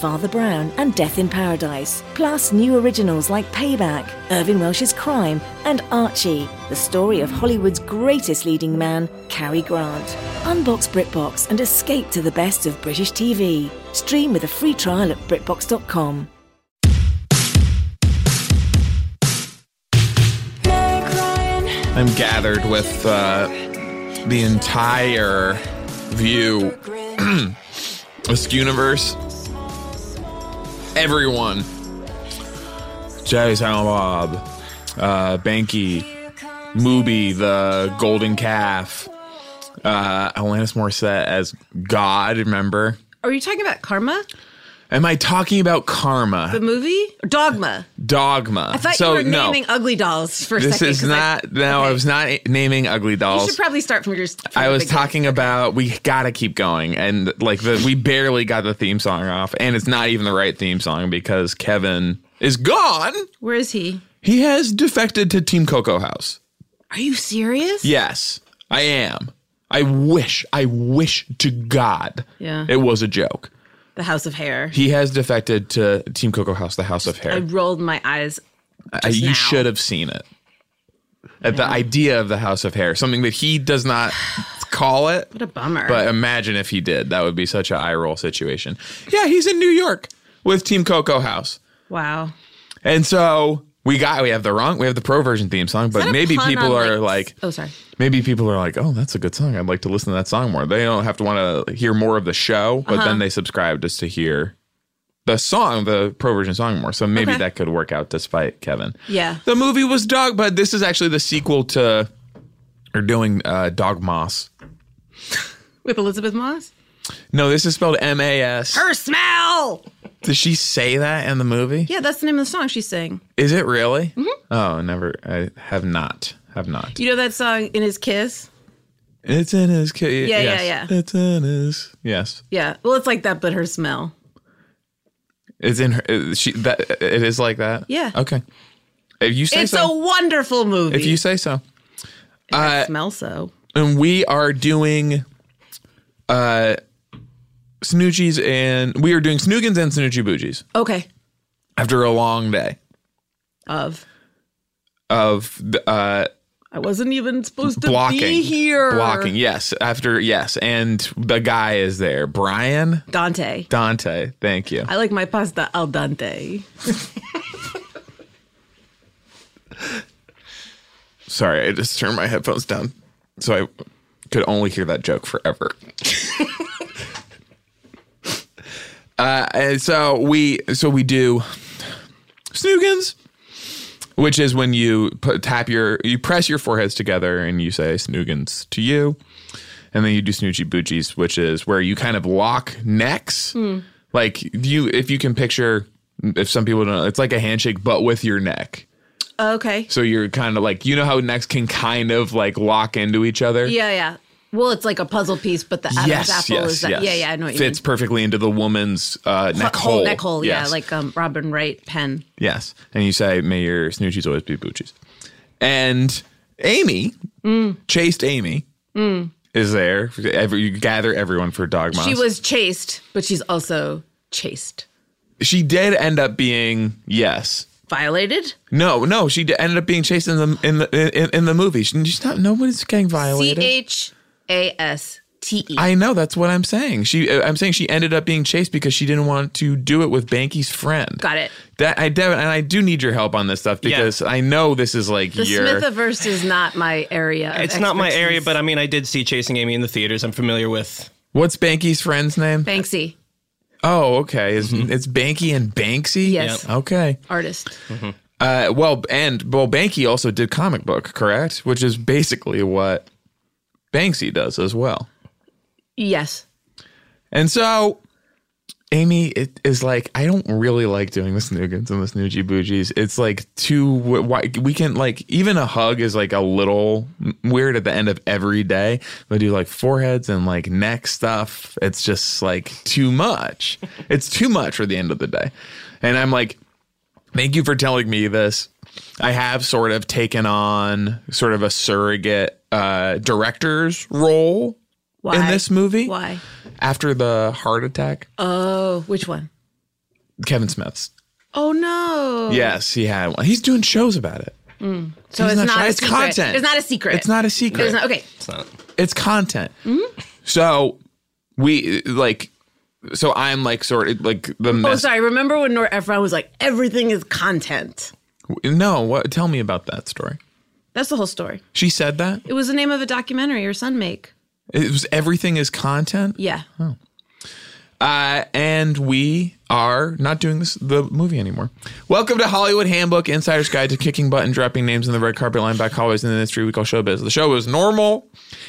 Father Brown, and Death in Paradise, plus new originals like Payback, Irving Welsh's Crime, and Archie, the story of Hollywood's greatest leading man, Cary Grant. Unbox BritBox and escape to the best of British TV. Stream with a free trial at BritBox.com. I'm gathered with uh, the entire view this universe. Everyone. Jay Silent Bob, uh, Banky, Mooby, the Golden Calf, uh, Alanis Morissette as God, remember? Are you talking about Karma, Am I talking about the karma? movie? Dogma. Dogma. I thought so, you were no. naming Ugly Dolls for a this second. is 'cause I- not, no, I was not naming ugly dolls. you should probably start from your. From I the was beginning. talking about we gotta keep going, and like the we barely got the theme song off, and it's not even the right theme song because Kevin is gone. Where is he? He has defected to Team Coco House. Are you serious? Yes, I am. I wish, I wish to God, Yeah. it was a joke. The House of Hair. He has defected to Team Coco House, the House of I Hair. rolled my eyes. I, Uh, you now. should have seen it at the idea of the House of Hair, something that he does not call it. What a bummer. But imagine if he did. That would be such a eye roll situation. Yeah, he's in New York with Team Coco House. wow. And so we got we have the wrong we have the pro version theme song, Is that but a maybe pun people on, are like Oh, sorry. maybe people are like, Oh, that's a good song. I'd like to listen to that song more. They don't have to want to hear more of the show, but Uh-huh. then they subscribe just to hear the song, the pro version song more. So maybe Okay. that could work out despite Kevin. Yeah. The movie was Dog, but this is actually the sequel to or doing uh, Dog Moss. With Elizabeth Moss. No, this is spelled M A S. Her smell. Does she say that in the movie? Yeah, Mm-hmm. that's the name of the song she sang. Is it really? Oh, never. I have not. Have not. You know that song in his kiss? It's in his. Ki- Yeah, yes. yeah, yeah. It's in his. Yes. Yeah. Well, it's like that, but her smell. It's in her. is She. That. It is like that. Yeah. Okay. If you say It's a so. wonderful movie. if you say so. I smell so. And we are doing. Uh. Snoochies and we are doing Snoogans and Snoochie Boogies Okay. after a long day Of. of uh I wasn't even supposed to blocking be here. blocking yes after yes and the guy is there Brian Dante. Dante, thank you. I like my pasta al dente. Sorry, I just turned my headphones down so I could only hear that joke forever. uh, and so we so we do snoogans, which is when you put, tap your you press your foreheads together and you say snoogans to you, and then you do snoochie boochies, which is where you kind of lock necks, like you if you can picture if some people don't, it's like a handshake but with your neck. Okay. So you're kind of like, you know how necks can kind of like lock into each other? Yeah, yeah. Well, it's like a puzzle piece, but the Adam's Yes, apple yes, is that. yes. Yeah, yeah. I know what you Fits mean. perfectly into the woman's uh, neck Ho- hole. Neck hole. Yeah, Yes. like um, Robin Wright pen. yes. And you say, may your snoochies always be boochies. And Amy, Mm. chased Amy, is there. Every, you gather everyone for dog She Moss. was chased, but she's also chased. She did end up being yes. Violated. No, no. She d- ended up being chased in the in the in, in the movie. She, she's not. Nobody's getting C violated. H A S T E. I know that's what I'm saying. She, uh, I'm saying she ended up being chased because she didn't want to do it with Banky's friend. Got it. That I, Devin, and I do need your help on this stuff because I know this is like The your. Smithiverse is not my area. Of It's not my area, expertise. but I mean, I did see Chasing Amy in the theaters. I'm familiar with. what's Banky's friend's name? Banksy, oh, okay. It's, it's Banky and Banksy. Yes. Yep. Okay. artist. Uh, well, and well, Banky also did comic book, correct? Which is basically what Banksy does as well. Yes. And so Amy it is like I don't really like doing the snoogans and the snoogie bougies. It's like too why we can like even a hug is like a little weird at the end of every day. They do like foreheads and like neck stuff. It's just like too much. it's too much for the end of the day. And I'm like Thank you for telling me this. I have sort of taken on sort of a surrogate uh, director's role Why? in this movie. Why? After the heart attack, Oh, which one? Kevin Smith's. Oh no. Yes, he had one. He's doing shows about it. So He's it's not, shy. a it's secret. content. It's not a secret. It's not a secret. It's not- okay. Mm-hmm. It's not. it's content. So we like. So I'm like sort of like the Oh, mess- sorry. Remember when Nor Ephron was like, "Everything is content." no. What? Tell me about that story. That's the whole story. She said that It was the name of a documentary her son make. it was everything is content. Yeah. Uh, and we are not doing this the movie anymore. Welcome to Hollywood Handbook, Insider's Guide to Kicking Butt and Dropping Names in the Red Carpet Line Back Hallways in the Industry We Call Showbiz. The show is normal.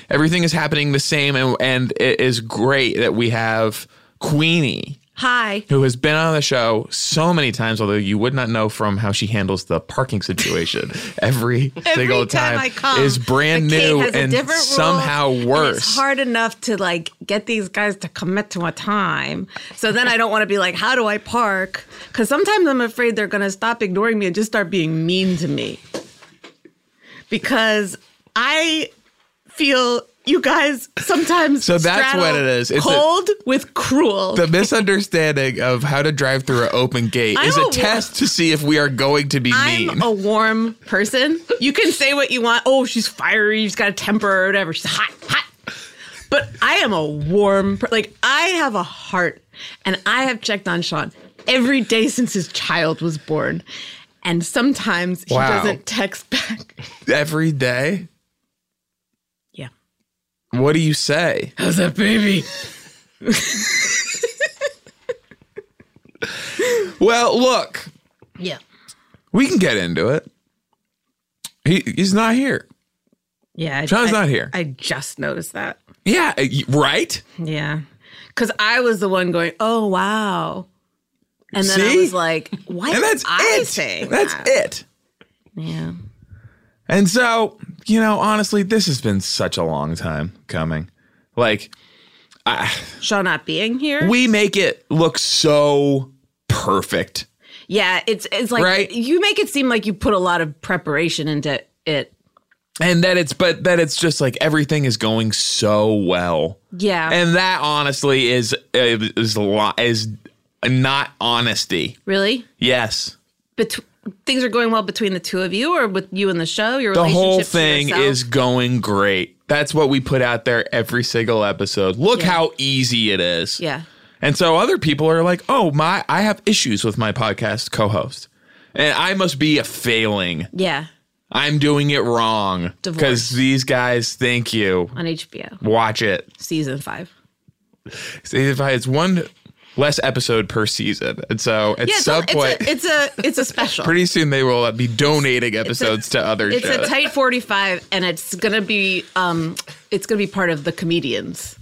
Everything is happening the same, and, and it is great that we have Queenie, Hi. who has been on the show so many times, although you would not know from how she handles the parking situation every, single time, is brand the kid new has a and different rule, somehow and worse. it's hard enough to like get these guys to commit to a time. So then I don't want to be like, how do I park? Because sometimes I'm afraid they're going to stop ignoring me and just start being mean to me. Because I feel you guys sometimes So that's what straddle it is. It's a- cold with cruel. the misunderstanding of how to drive through an open gate I is a don't- test to see if we are going to be I'm mean. a warm person. You can say what you want. Oh, she's fiery. She's got a temper or whatever. She's hot, hot. But I am a warm, per- like I have a heart, and I have checked on Sean every day since his child was born, and sometimes Wow. he doesn't text back. Every day, Yeah, what do you say? how's that baby? Well, look, Yeah, we can get into it. He, he's not here. yeah. I- Sean's I- not here. I just noticed that. Yeah, uh, y- right? Yeah. Cause I was the one going, oh wow. And then See? I was like, why And that's did I it. say That's that? it. Yeah. And so, you know, honestly, this has been such a long time coming. Like, Shaw not being here. we make it look so perfect. yeah, it's it's like Right? you make it seem like you put a lot of preparation into it. And that it's, but that it's just like everything is going so well. Yeah. and that honestly is is a lot is not honesty. really? Yes, Bet- things are going well between the two of you or with you and the show, your the relationship whole to thing yourself? is going great. That's what we put out there every single episode. Look Yeah. how easy it is. Yeah. And so other people are like, "Oh my, I have issues with my podcast co-host, and I must be a failing. Yeah. I'm doing it wrong because Divorce. these guys. Thank you. On HBO. Watch it. Season five. See, if I- It's one less episode per season, and so at Yeah, it's, some a, point, it's a it's a it's a special. pretty soon they will uh, be donating episodes to other It's a shows. tight 45 and it's going to be um it's going to be part of the comedians.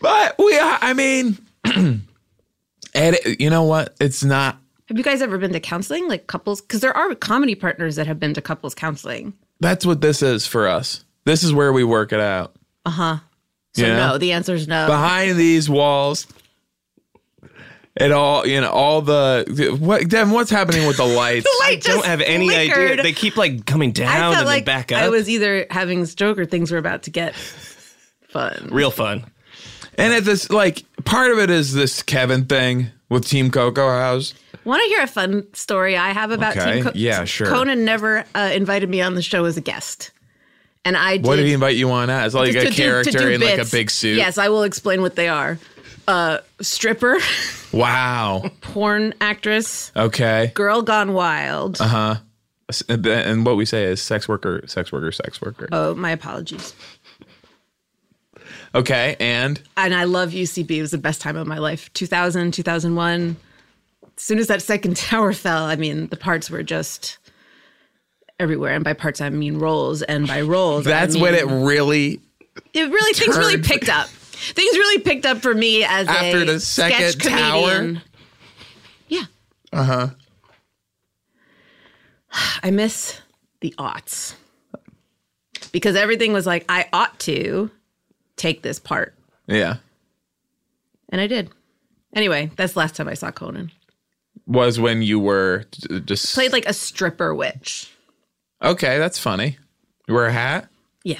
but we are, I mean, and it- you know what? It's not. Have you guys ever been to counseling like couples cuz there are comedy partners that have been to couples counseling. That's what this is for us. This is where we work it out. Uh-huh. So Yeah. no, the answer is no. Behind these walls, and all you know, all the what? Devin, what's happening with the lights? light Don't have any idea. They keep like coming I down felt and like then back up. I was either having a stroke or things were about to get fun. real fun. and at this, like, part of it is this Kevin thing with Team Coco House. Want to hear a fun story I have about Okay, Team Co- yeah, sure. Conan never uh, invited me on the show as a guest. And I did What did he invite you on as? Like to a do- to character do in like a bits. big suit. Yes, I will explain what they are. Uh, stripper, Wow. porn actress, Okay. girl gone wild. Uh-huh. S- and- and what we say is sex worker, sex worker, sex worker. Oh, my apologies. Okay, and and I love UCB. It was the best time of my life. 2000, 2001. As soon as that second tower fell, I mean, the parts were just everywhere. And by parts, I mean rolls. And by rolls, I that's mean- when it really it really things really turned. picked up. Things really picked up for me as After a the second sketch comedian. tower? Yeah. Uh-huh. Uh huh. I miss the aughts because everything was like I ought to take this part, Yeah. and I did. Anyway, that's the last time I saw Conan. Was when you were d- just Played like a stripper witch. Okay, that's funny. You wear a hat Yeah,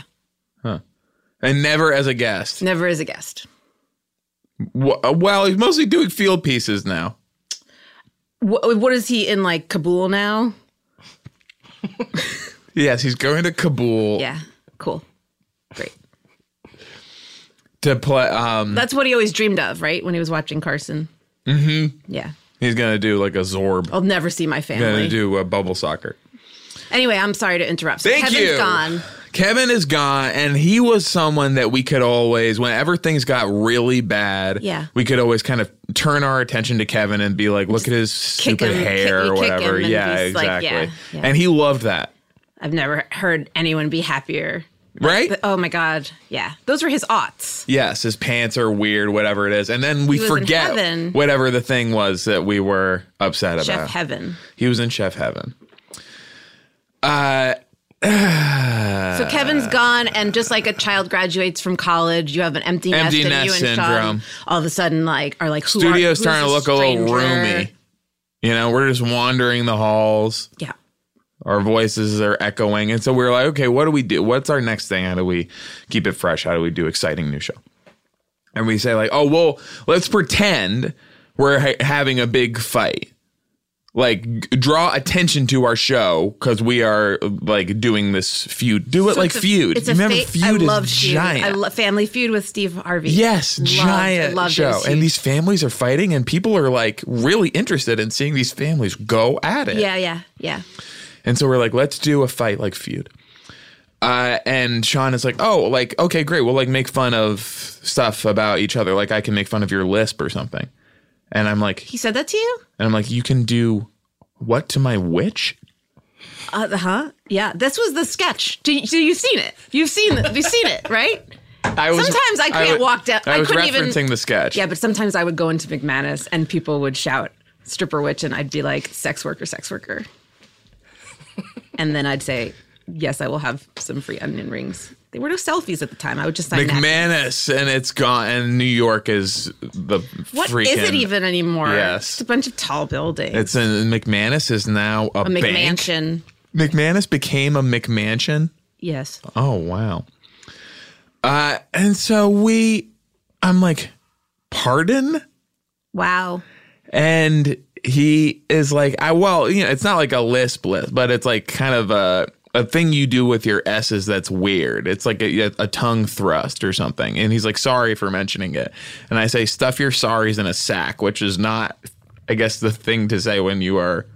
and never as a guest. never as a guest. Wh- uh, Well, he's mostly doing field pieces now. What, what is he in like Kabul now? Yes, he's going to Kabul Yeah, cool, great. to play. Um, That's what he always dreamed of, right? When he was watching Carson. Mm-hmm. Yeah, he's gonna do like a Zorb. I'll never see my Gonna family. do a bubble soccer. Anyway, I'm sorry to interrupt. So Thank Kevin's you. gone. Kevin is gone, and he was someone that we could always, whenever things got really bad, Yeah. we could always kind of turn our attention to Kevin and be like, "Look at his kick stupid him, hair kick- you or kick whatever." him and Yeah, he's like, exactly. yeah, yeah. And he loved that, I've never heard anyone be happier. right? But, oh my god, yeah, those were his aughts. yes, his pants are weird, whatever it is, and then we He was in forget heaven. whatever the thing was that we were upset Chef about. Heaven. He was in Chef Heaven. Uh, So Kevin's gone, and just like a child graduates from college, you have an empty nest, Empty and nest you and syndrome. Sean all of a sudden like are like who are, Studio's who's starting to this look a little stranger? roomy. You know, we're just wandering the halls. Yeah, our voices are echoing and so we're like okay what do we do what's our next thing how do we keep it fresh how do we do exciting new show and we say like oh well let's pretend we're ha- having a big fight like g- draw attention to our show because we are like doing this feud do it So like it's a- feud It's a remember fa- feud I is love feud. giant I love Family Feud with Steve Harvey. Yes, Loved- giant loved it. It show. was And huge. these families are fighting, and people are like really interested in seeing these families go at it. Yeah, yeah, yeah. And so we're like, let's do a fight like feud. Uh, and Sean is like, oh, like, okay, great. We'll like make fun of stuff about each other. Like I can make fun of your lisp or something. And I'm like, He said that to you? and I'm like, you can do what to my witch? Uh huh. Yeah. This was the sketch. Do you, so you've seen it? You've seen it. You've seen it, right? I was, Sometimes I can't wa- walk down- I, I was couldn't even- referencing the sketch. Yeah, but sometimes I would go into McManus and people would shout stripper witch and I'd be like sex worker, sex worker. and then I'd say, yes, I will have some free onion rings. There were no selfies at the time. I would just sign that. McManus and it's gone. And New York is the What is freaking. it even anymore? Yes. It's a bunch of tall buildings. It's in McManus is now a, a McMansion. Bank. McManus became a McMansion. Yes. Oh wow. Uh and so we I'm like, pardon? Wow. And he is like, I well, you know, it's not like a lisp lisp, but it's like kind of a a thing you do with your S's that's weird. It's like a, a tongue thrust or something. And he's like, sorry for mentioning it. And I say, stuff your sorries in a sack, which is not I guess the thing to say when you are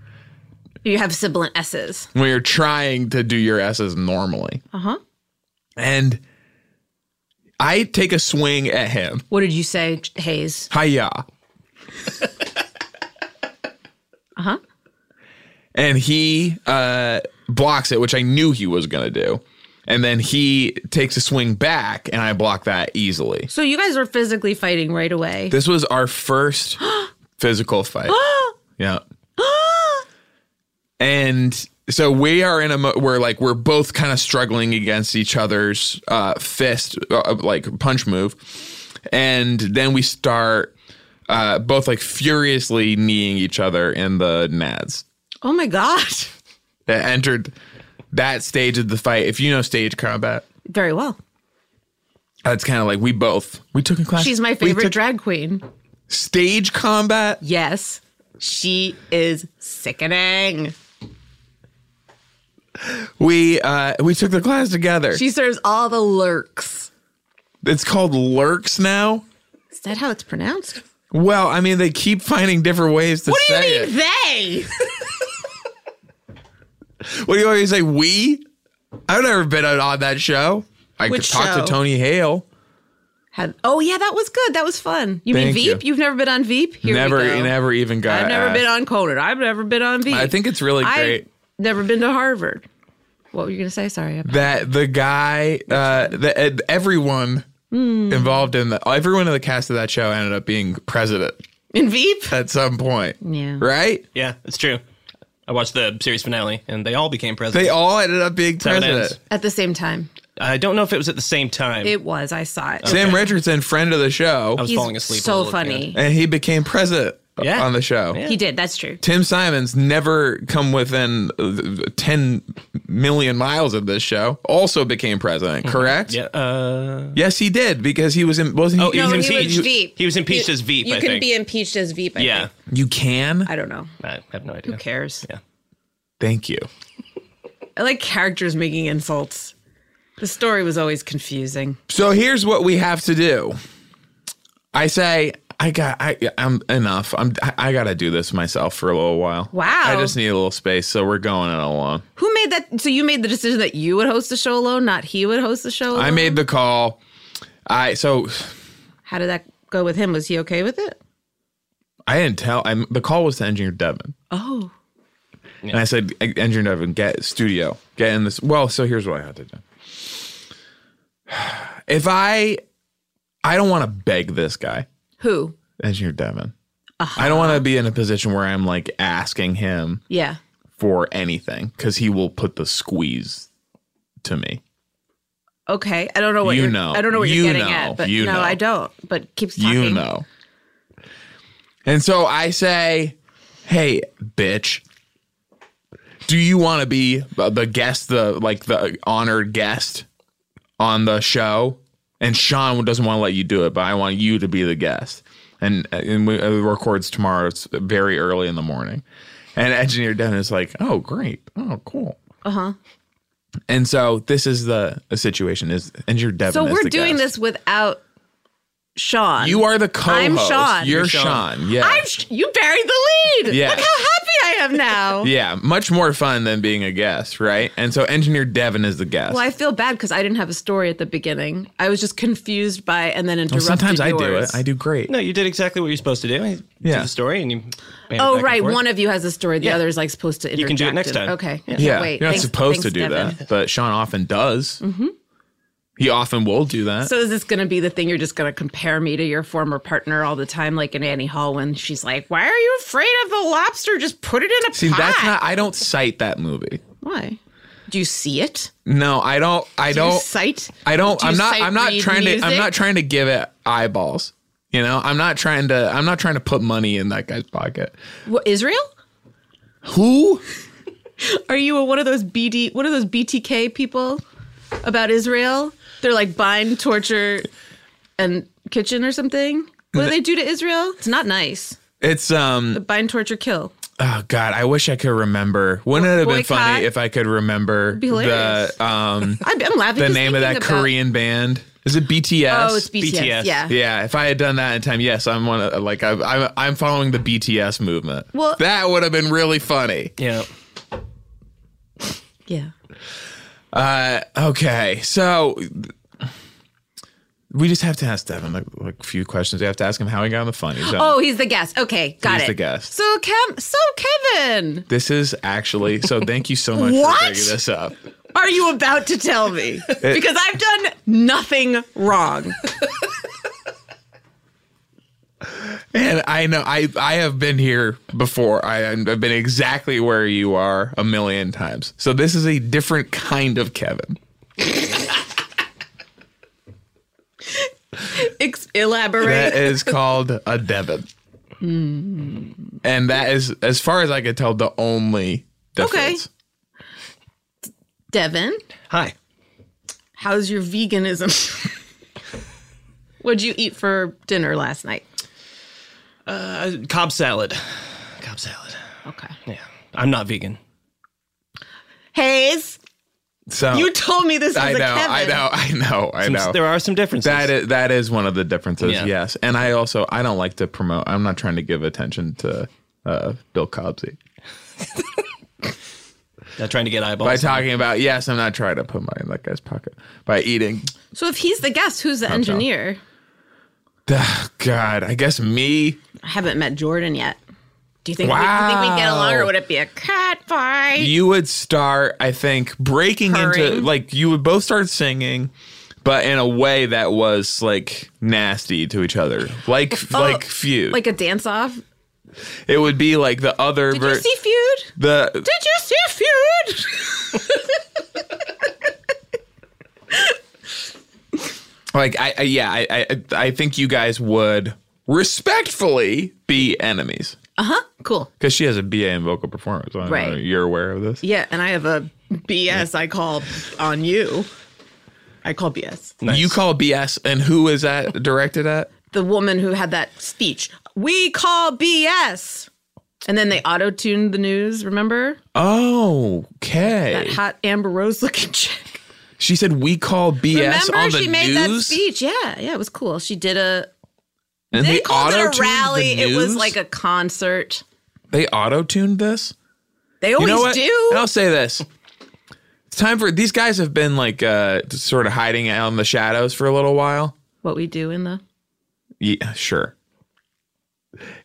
You have sibilant S's. when you're trying to do your S's normally. Uh-huh. And I take a swing at him. What did you say, Hayes? Hiya. uh huh. And he uh, blocks it, which I knew he was going to do. And then he takes a swing back, and I block that easily. So you guys were physically fighting right away. This was our first physical fight. yeah. and so we are in a mo- we're like we're both kind of struggling against each other's uh fist uh, like punch move. And then we start uh both like furiously kneeing each other in the nads. Oh my gosh. That entered that stage of the fight. If you know stage combat, Very well. that's kind of like we both we took a class. She's my we favorite took drag queen. stage combat. Yes, she is sickening. We uh we took the class together. She serves all the lurks. It's called lurks now. Is that how it's pronounced? Well, I mean, they keep finding different ways to What do you say mean they? it. What do you always say? We? I've never been on, on that show. I could Which talk to show? Tony Hale. Had- oh yeah, that was good. That was fun. You mean Thank Veep? you. have never been on Veep? Here we never, go. never even got. I've never asked. been on Conan. I've never been on Veep. I think it's really I've great never been to Harvard. What were you gonna say? Sorry. I- that the guy, uh, that uh, everyone Hmm. involved in the everyone in the cast of that show ended up being president In Veep? at some point. Yeah. Right? Yeah, it's true. I watched the series finale, and they all became presidents. They all ended up being how it president. ends. At the same time. I don't know if it was at the same time. It was. I saw it. Sam Richardson, friend of the show, I was He's falling asleep. so while looking at funny. it. and he became president Yeah. on the show. Yeah. He did. That's true. Tim Simons never come within uh, 10 million miles of this show. Also became president, correct? Mm-hmm. Yeah. Uh, Yes, he did because he was in. Wasn't Oh, he? he was in- in- he was impeached- Veep. he was impeached You- as Veep, You I can think. be impeached as Veep. I yeah. think. you can. I don't know. I have no idea. Who cares? Yeah. Thank you. I like characters making insults. The story was always confusing. So here's what we have to do. I say I got I I'm enough. I'm I, I got to do this myself for a little while. Wow. I just need a little space, so we're going it alone. Who made that? So you made the decision that you would host the show alone, not he would host the show alone? I made the call. I so How did that go with him? Was he okay with it? I didn't tell. I the call was to engineer Devin, Oh. and I said, "Engineer Devin, get studio, get in this." Well, so here's what I had to do. If I, I don't want to beg this guy, Who? engineer Devin. I don't want to be in a position where I'm like asking him Yeah. for anything because he will put the squeeze to me. Okay. I don't know what You are know. I don't know what You you're getting know. at, but You no, know. I don't. But keeps talking. You know. And so I say, "Hey, bitch, do you want to be the- the guest, the like the honored guest on the show?" And Sean doesn't want to let you do it, but I want you to be the guest. And and we, it records tomorrow. It's very early in the morning. And engineer Devin is like, "Oh, great. Oh, cool." Uh Uh-huh. And so this is the, the situation. Is engineer Devin? So is we're the doing guest. this without Sean. You are the co-host. I'm Sean. You're You're Sean. Sean. Yeah. I'm sh- you buried the lead. Yeah. Look how happy I am now. yeah, much more fun than being a guest, right? And so engineer Devin is the guest. Well, I feel bad because I didn't have a story at the beginning. I was just confused by and then Well, interrupted. sometimes I do yours. it. I do great. No, you did exactly what you're supposed to do. You Yeah. did the story, and you. banged it back Oh and right, forth. one of you has a story. The Yeah. other is like supposed to interject. can do it next time. Okay. Can't yeah, wait. you're not Thanks- supposed to thanks, do Devin. Mm-hmm. that, but Sean often does. He often will do that. So is this going to be the thing you're just going to compare me to your former partner all the time, like in Annie Hall when she's like, "Why are you afraid of the lobster? Just put it in a See, pot." that's not. I don't cite that movie. Why? Do you see it? No, I don't. I Do you don't. cite? I don't. do you I'm not. cite I'm not read trying to. I'm music? not trying to give it eyeballs. You know, I'm not trying to. I'm not trying to put money in that guy's pocket. What, Israel? Who? Are you a, one of those BD? One of those BTK people about Israel? They're like bind, torture, and kitchen or something. What do they do to Israel? It's not nice. It's um. Bind, torture, kill. Oh God, I wish I could remember. Wouldn't it have been funny Boycott? if I could remember be hilarious. the um I'm, I'm laughing. the just name of that thinking about- Korean band? Is it BTS? Oh, it's BTS. BTS. Yeah. yeah, if I had done that in time, yes, I'm one of like I'm I'm, I'm following the BTS movement. Well- that would have been really funny. Yeah. Yeah. Uh, okay, so we just have to ask Devin like, like a few questions. We have to ask him how he got on the funny zone. Oh, he's the guest. Okay, got He's it. the guest. So Kev, so Kevin, This is actually so. Thank you so much for What? bringing this up. are you about to tell me? because I've done nothing wrong. And I know I I have been here before. I I've been exactly where you are a million times. So this is a different kind of Kevin. Ex- elaborate. That is called a Devin. Mm-hmm. And that is as far as I could tell the only difference. Devin, Hi. how's your veganism? What'd you eat for dinner last night? Uh, Cobb salad. Cobb salad. Okay. Yeah. I'm not vegan. Hayes, So you told me this was Oh, I know, a Kevin. I know, I know, I Some- know. There are some differences. That is, that is one of the differences, Yeah. yes. And I also I don't like to promote. I'm not trying to give attention to uh, Bill Cobsey Not trying to get eyeballs. by talking about yes. I'm not trying to put money in that guy's pocket by eating So if he's the guest, who's the engineer? Duh, God, I guess me. I haven't met Jordan yet. Do you think, we, you think we get Wow. along, or would it be a cat fight? You would start, I think, breaking into Purring. like you would both start singing. but in a way that was like nasty to each other, like Oh, like feud. Like a dance off. it would be like the other Did you ver- see feud? the Did you see feud? like I, I yeah I, I I think you guys would respectfully be enemies Cool. because she has a BA in vocal performance. I don't know, Right. you're aware of this. Yeah, and I have a BS I call on you. I call BS. Nice. You call BS, and who is that directed at? The woman who had that speech. We call BS. And then they auto tuned the news, remember? Oh, okay. That hot Amber Rose looking chick. She said we call BS remember on the she made that news. speech. Yeah, yeah, it was cool. She did a and they called it a auto-tuned rally. the It was news? like a concert. they auto tuned this. They always you know what? do. And I'll say this. It's time for these guys have been like uh sort of hiding out in the shadows for a little while. What we do in the Yeah, sure.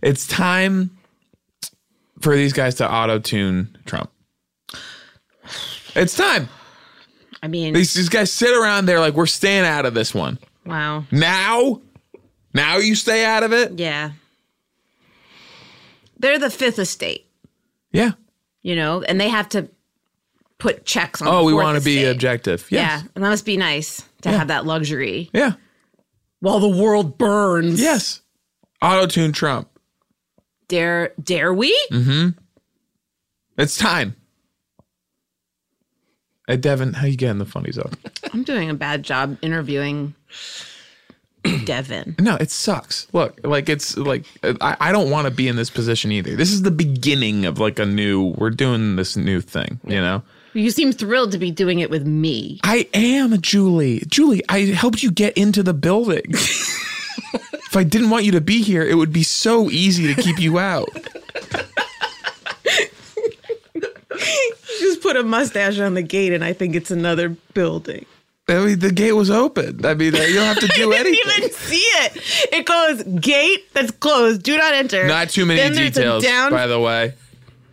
It's time for these guys to auto tune Trump. It's time. I mean These, these guys sit around there like we're staying out of this one. wow. Now, now you stay out of it. Yeah. They're the fifth estate. Yeah. you know, and they have to put checks on. Oh, the we fourth want to be estate. objective. Yes. Yeah, and that must be nice to have that luxury Yeah. while the world burns. Yes. Auto tune Trump. dare dare we? It's time. Hey, Devin, how you getting the funny zone? I'm doing a bad job interviewing Devin. No, it sucks. Look, like it's like I, I don't want to be in this position either. This is the beginning of like a new. We're doing this new thing, you know. You seem thrilled to be doing it with me. I am Julie. Julie, I helped you get into the building. if I didn't want you to be here, it would be so easy to keep you out. Just put a mustache on the gate, and I think it's another building. I mean, the gate was open. I mean, you don't have to do I didn't anything. even see it. It goes gate that's closed. Do not enter. Not too many Then there's a details, down- by the way.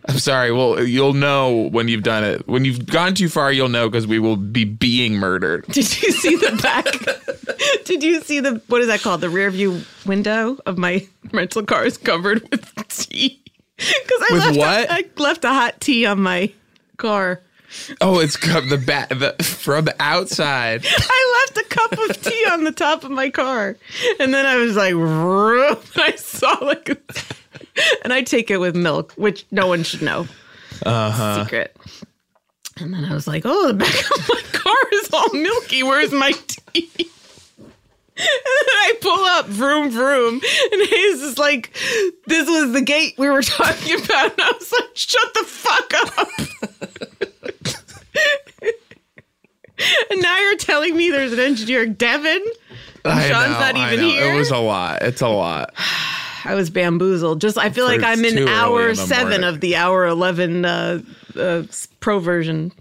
I'm sorry. Well, you'll know when you've done it. When you've gone too far, you'll know because we will be being murdered. Did you see the back? Did you see the what is that called? The rear view window of my rental car is covered with tea. Because I With left what? A, I left a hot tea on my car. Oh, it's come the back the, from the outside. I left a cup of tea on the top of my car, and then I was like, "Vroom," and I saw like, a, and I take it with milk, which no one should know. Uh-huh. Secret. And then I was like, "Oh, the back of my car is all milky. Where's my tea?" And then I pull up, vroom vroom, and Hayes is like, "This was the gate we were talking about." And I was like, "Shut the fuck up." And now you're telling me there's an engineer, Devin. I Sean's know, not I even know. here? It was a lot. It's a lot. I was bamboozled. Just I feel For- like I'm it's in too early hour in the seven morning. of the hour eleven uh, uh, s- pro version.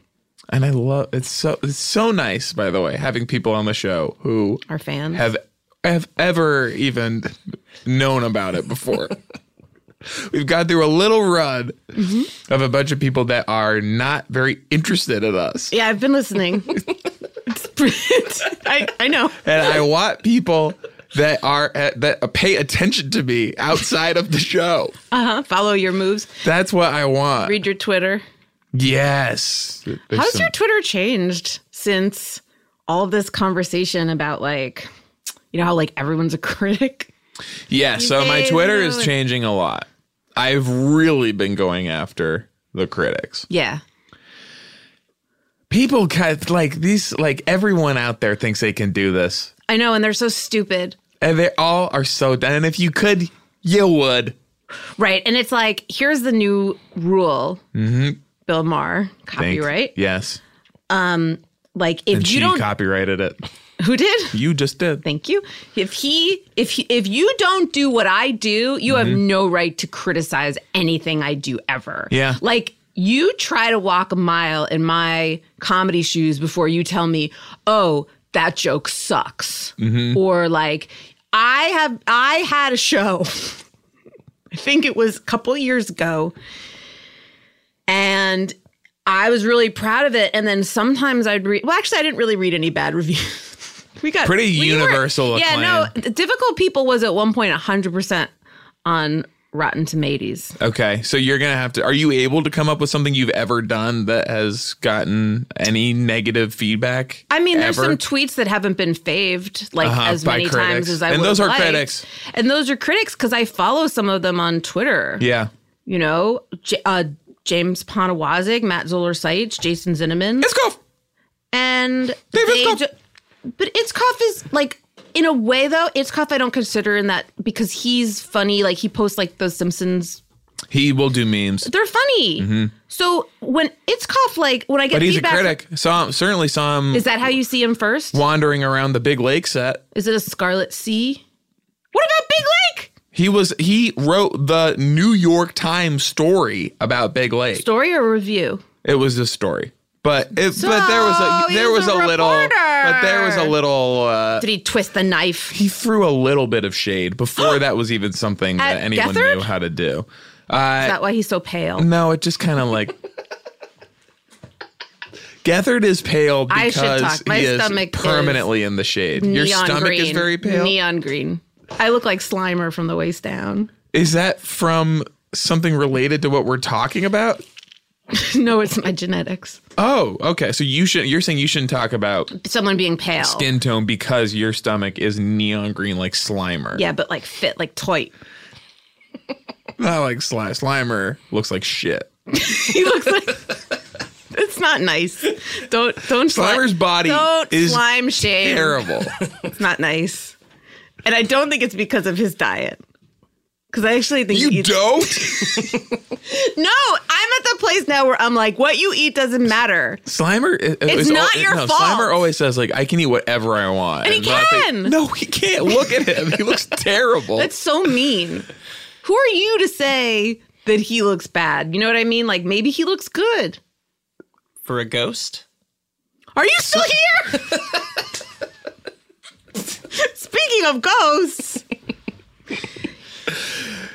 And I love it's so it's so nice. By the way, having people on the show who Our fans. have have ever even known about it before. We've gone through a little run Mm-hmm. of a bunch of people that are not very interested in us. yeah, I've been listening. It's pretty- I I know. and I want people that are eh, that pay attention to me outside of the show. Uh Uh-huh. huh. Follow your moves. That's what I want. Read your Twitter. yes. There's How's some- your Twitter changed since all this conversation about like, you know how like everyone's a critic? yeah? So my days, Twitter you know, is like- changing a lot. I've really been going after the critics. Yeah. People cut like these. Like everyone out there thinks they can do this, I know, and they're so stupid. and they all are so done. And if you could, you would. Right. And it's like, here's the new rule. Mm-hmm. Bill Maher, Think- copyright. Yes. Like if And you she don't copyrited it. who did? You just did. Thank you. If he if he, if you don't do what I do, you have no right to criticize anything I do ever. Yeah. Like you try to walk a mile in my comedy shoes before you tell me, "Oh, that joke sucks." Or like I have I had a show. I think it was a couple years ago. And I was really proud of it. And then sometimes I'd read, well, actually, I didn't really read any bad reviews. We got we Pretty were- universal yeah, acclaim. no, difficult people was at one point hundred percent on Rotten Tomatoes. Okay, so you're gonna have to. Are you able to come up with something you've ever done that has gotten any negative feedback? I mean, there's ever? some tweets that haven't been faved like Uh-huh, as by many critics. times as I And would those have are liked. critics. and those are critics because I follow some of them on Twitter. yeah. you know, J- uh, James Poniewozik, Matt Zoller Seitz, Jason Zinneman, Let's go. and David they Itzkoff. ju- but Itzkoff is like in a way though Itzkoff I don't consider in that because he's funny. Like he posts like the Simpsons. He will do memes, They're funny. So when Itzkoff like when I get Mm-hmm. but he's a feedback, critic. Saw him, certainly saw him is that how you see him first? wandering around the big lake set. Is it a Scarlet Sea? What about Big Lake He was he wrote the New York Times story about Big Lake. story or review? It was a story. But it, but there was a So, there he's was a, a little but there was a reporter. little uh, Did he twist the knife? he threw a little bit of shade before that was even something that At anyone Gethard? knew how to do. Is that why he's so pale? No, it just kind of like Gethard is pale I should because talk. My he is stomach is permanently in the shade. Your Neon stomach green. is very pale. Neon green. I look like Slimer from the waist down. Is that from something related to what we're talking about? no, it's my genetics. Oh, okay. So you should you're saying you shouldn't talk about Someone being pale. skin tone because your stomach is neon green like Slimer. Yeah, but like fit, like toy. Not like Sli- Slimer looks like shit. He looks like. It's not nice. Don't don't sli- Slimer's body don't is slime shame. Terrible. It's not nice, and I don't think it's because of his diet. Because I actually think he you eats- don't? No, I'm at the place now where I'm like, what you eat doesn't matter. Slimer is, It's is not your fault. Slimer always says like I can eat whatever I want. And he I think- can. no, he can't. Look at him. He looks terrible. That's so mean. Who are you to say that he looks bad? You know what I mean? Like maybe he looks good. For a ghost? Are you still here? Speaking of ghosts,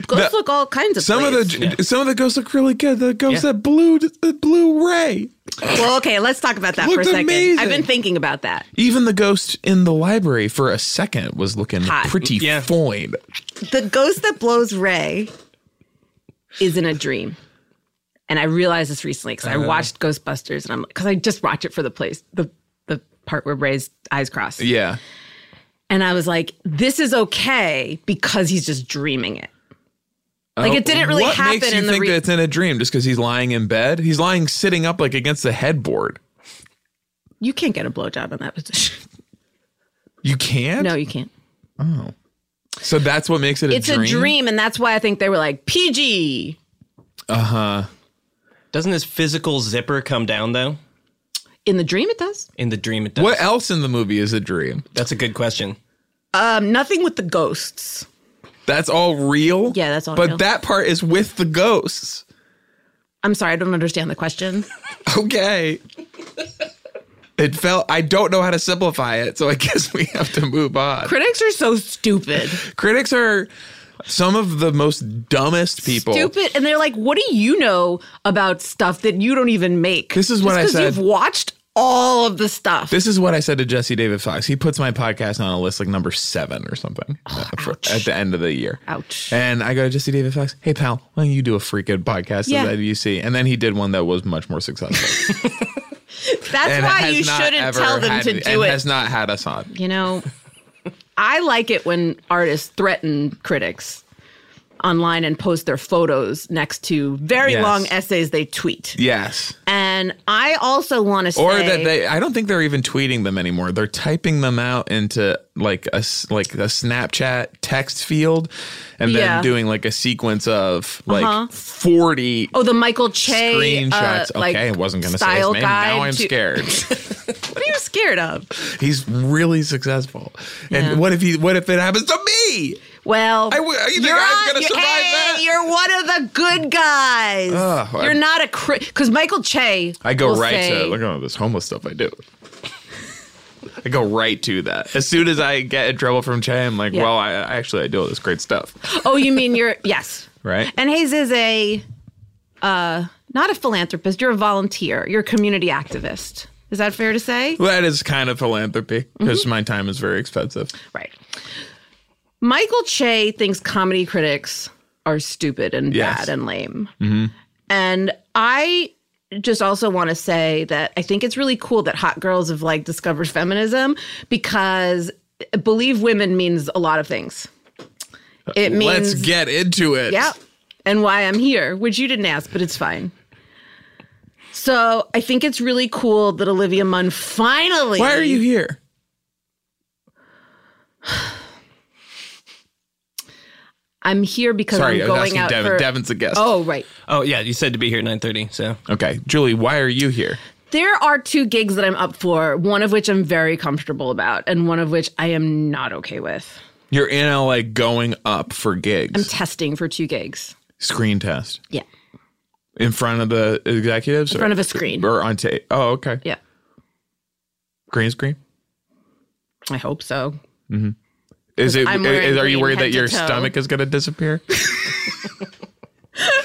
ghosts look all kinds of. some of ways. the some of the ghosts look really good. The ghost Yeah. that blew the blue ray. well, okay, let's talk about that for a Looked second. I've amazing. been thinking about that. Even the ghost in the library for a second was looking Hot. pretty Yeah. fine. The ghost that blows Ray is in a dream. And I realized this recently because Uh-huh. I watched Ghostbusters and I'm because I just watched it for the place the the part where Ray's eyes cross. Yeah. And I was like, this is okay because he's just dreaming it. Like it didn't really what happen makes you in the think re- that it's in a dream just because he's lying in bed? He's lying sitting up like against the headboard. You can't get a blowjob in that position. You can't. No, you can't. So that's what makes it a It's dream. a dream, and that's why I think they were like PG. Doesn't his physical zipper come down though? In the dream, it does. In the dream it does. What else in the movie is a dream? That's a good question. Um, nothing with the ghosts. That's all real. Yeah, that's all But real. that part is with the ghosts. I'm sorry, I don't understand the question. Okay. It felt. I don't know how to simplify it, so I guess we have to move on. Critics are so stupid. Critics are some of the most dumbest people. Stupid, and they're like, "What do you know about stuff that you don't even make?" This is what Just I 'cause said. You've watched all of the stuff. This is what I said to Jesse David Fox. He puts my podcast on a list like number seven or something uh, for- ouch. at the end of the year. Ouch. And I go to Jesse David Fox, hey, pal, why don't you do a freaking podcast Yeah. at UC? And then he did one that was much more successful. That's and why has you not shouldn't ever tell them had- to do and it. has not had us on. You know, I like it when artists threaten critics online and post their photos next to very Yes. long essays they tweet. Yes. And I also want to say, Or that they, I don't think they're even tweeting them anymore. They're typing them out into like a s- like a Snapchat text field, and then Yeah. Uh-huh. doing like a sequence of like forty oh, the Michael Che uh, screenshots. like, okay, I wasn't going to say his style name. guide. Now I'm to- scared. What are you scared of? He's really successful. And Yeah. what if he? What if it happens to me? Well, I w- you think you're I'm on- gonna you- survive hey, that? You're one of the good guys. Ugh, you're I'm- not a crit because Michael Che. I go will right to say- look at all this homeless stuff I do. I go right to that. As soon as I get in trouble from Che, I'm like, Yeah. well, I I actually I do all this great stuff, Oh, you mean you're yes. right? And Hayes is a uh, not a philanthropist. You're a volunteer. You're a community activist. Is that fair to say? That is kind of philanthropy because Mm-hmm. my time is very expensive. Right. Michael Che thinks comedy critics are stupid and Yes. bad and lame. And I just also want to say that I think it's really cool that hot girls have like discovered feminism because believe women means a lot of things. It means Let's get into it. Yep. And why I'm here, which you didn't ask, but it's fine. So I think it's really cool that Olivia Munn finally. Why are you here? I'm here because Sorry, I'm I was going asking out Devin. for. Devin's a guest. Oh right. Oh yeah, you said to be here at nine thirty. So Okay, Julie, why are you here? There are two gigs that I'm up for, one of which I'm very comfortable about, and one of which I am not okay with. You're in LA going up for gigs. Testing for two gigs. Screen test. Yeah. In front of the executives? In front of a screen. Or on tape. Oh, okay. Yeah. Green screen? I hope so. Is it? I'm wearing Is, are you green worried head that to your toe. stomach is going to disappear?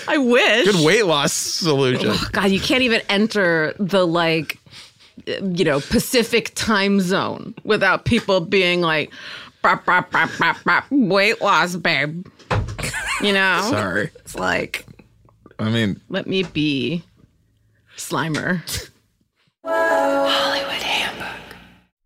I wish. Good weight loss solution. God, you can't even enter the like, you know, Pacific time zone without people being like, "Bop, bop, bop, bop, bop, weight loss, babe. You know? Sorry. It's like, I mean, let me be Slimer.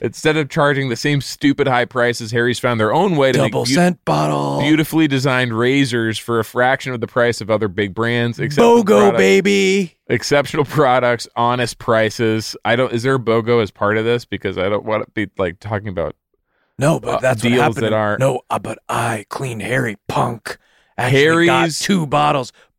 Instead of charging the same stupid high prices, Harry's found their own way to Double make beau- scent bottle. beautifully designed razors for a fraction of the price of other big brands. Exceptional BOGO products- baby. Exceptional products, honest prices. I don't. Is there a BOGO as part of this? Because I don't want to be like talking about. No, uh, but that's what deals happened. that are- No, uh, but I Clean Harry punk. Actually got Harry's- two bottles.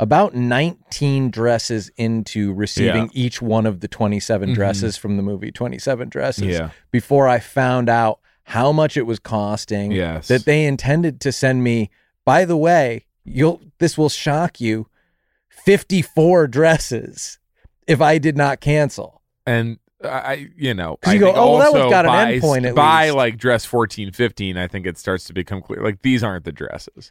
about 19 dresses into receiving each one of the 27 Mhm. dresses from the movie 27 Dresses before I found out how much it was costing Yes. that they intended to send me. By the way, you'll this will shock you. 54 dresses if I did not cancel. and I, you know, 'Cause I you go, think "Oh, well, that also one's got an by- endpoint at by least." like dress fourteen, fifteen, I think it starts to become clear. Like these aren't the dresses.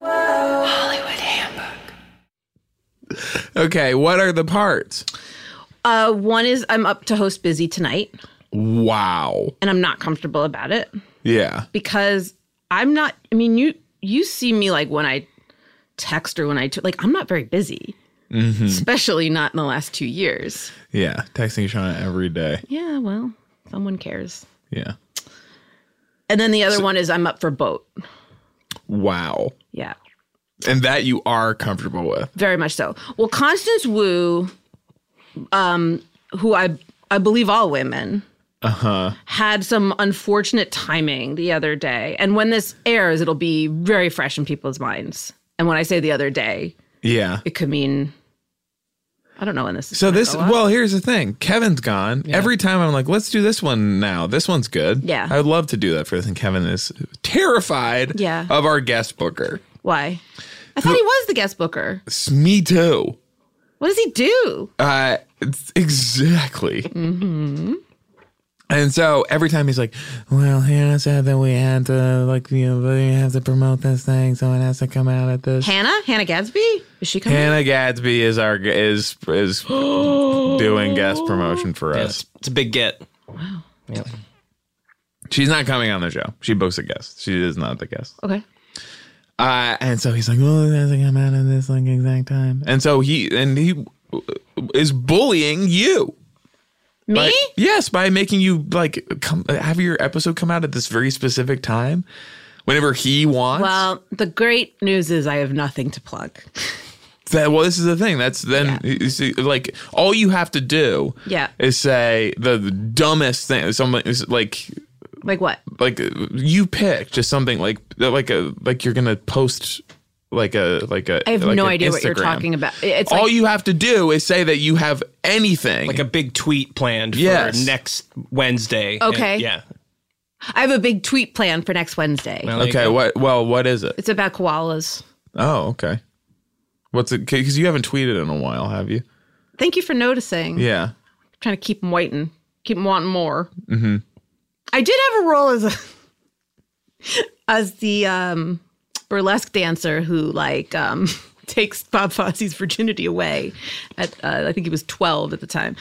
Hollywood Handbook. Okay, what are the parts? Uh, one is I'm up to host busy tonight, Wow. and I'm not comfortable about it Yeah. because I'm not. I mean, you you see me like when I text or when I t- like I'm not very busy, especially not in the last two years. Yeah. Texting Shauna every day. Yeah, well, someone cares. Yeah. And then the other one is I'm up for boat. Wow. Yeah, And that you are comfortable with. very much so. Well, Constance Wu, um, who I I believe all women Uh-huh. had some unfortunate timing the other day. And when this airs, it'll be very fresh in people's minds. And when I say the other day, Yeah. it could mean I don't know when this. Is So gonna this go up. well, here's the thing. Kevin's gone. Every time I'm like, let's do this one now. This one's good. Yeah. I would love to do that for this. And Kevin is terrified Yeah. of our guest booker. why? I thought he was the guest booker. It's me too. What does he do? Uh, it's- exactly. Mm-hmm. And so every time he's like, "Well, Hannah said that we had to like you know we have to promote this thing, so it has to come out at this." Hannah? Hannah Gadsby? Is she coming? Hannah Gadsby is our is is doing guest promotion for Yeah, us. it's, it's a big get. She's not coming on the show. She books a guest. She is not the guest. Okay. Uh, and so he's like, "Well, it has to come out at this like exact time." And so he and he is bullying you. Me? By- yes, by making you like come have your episode come out at this very specific time, whenever he wants. well, the great news is I have nothing to plug. That- well, this is the thing. That's then you see, like all you have to do. Yeah. is say the, the dumbest thing. Something is like Like what? like uh, you pick just something like like a like you're gonna post like a like a. I have like no an idea what you're Instagram. talking about. It's all like, you have to do is say that you have anything. Like a big tweet planned Yes. for next Wednesday. And- Okay. yeah. I have a big tweet plan for next Wednesday. Well, there you okay, go. what? Well, what is it? It's about koalas. Oh, okay. What's it? Because you haven't tweeted in a while, have you? Thank you for noticing. Yeah. trying to keep them waiting, keep them wanting more. Mm-hmm. I did have a role as a, as the um, burlesque dancer who like um, takes Bob Fosse's virginity away. At uh, I think he was twelve at the time.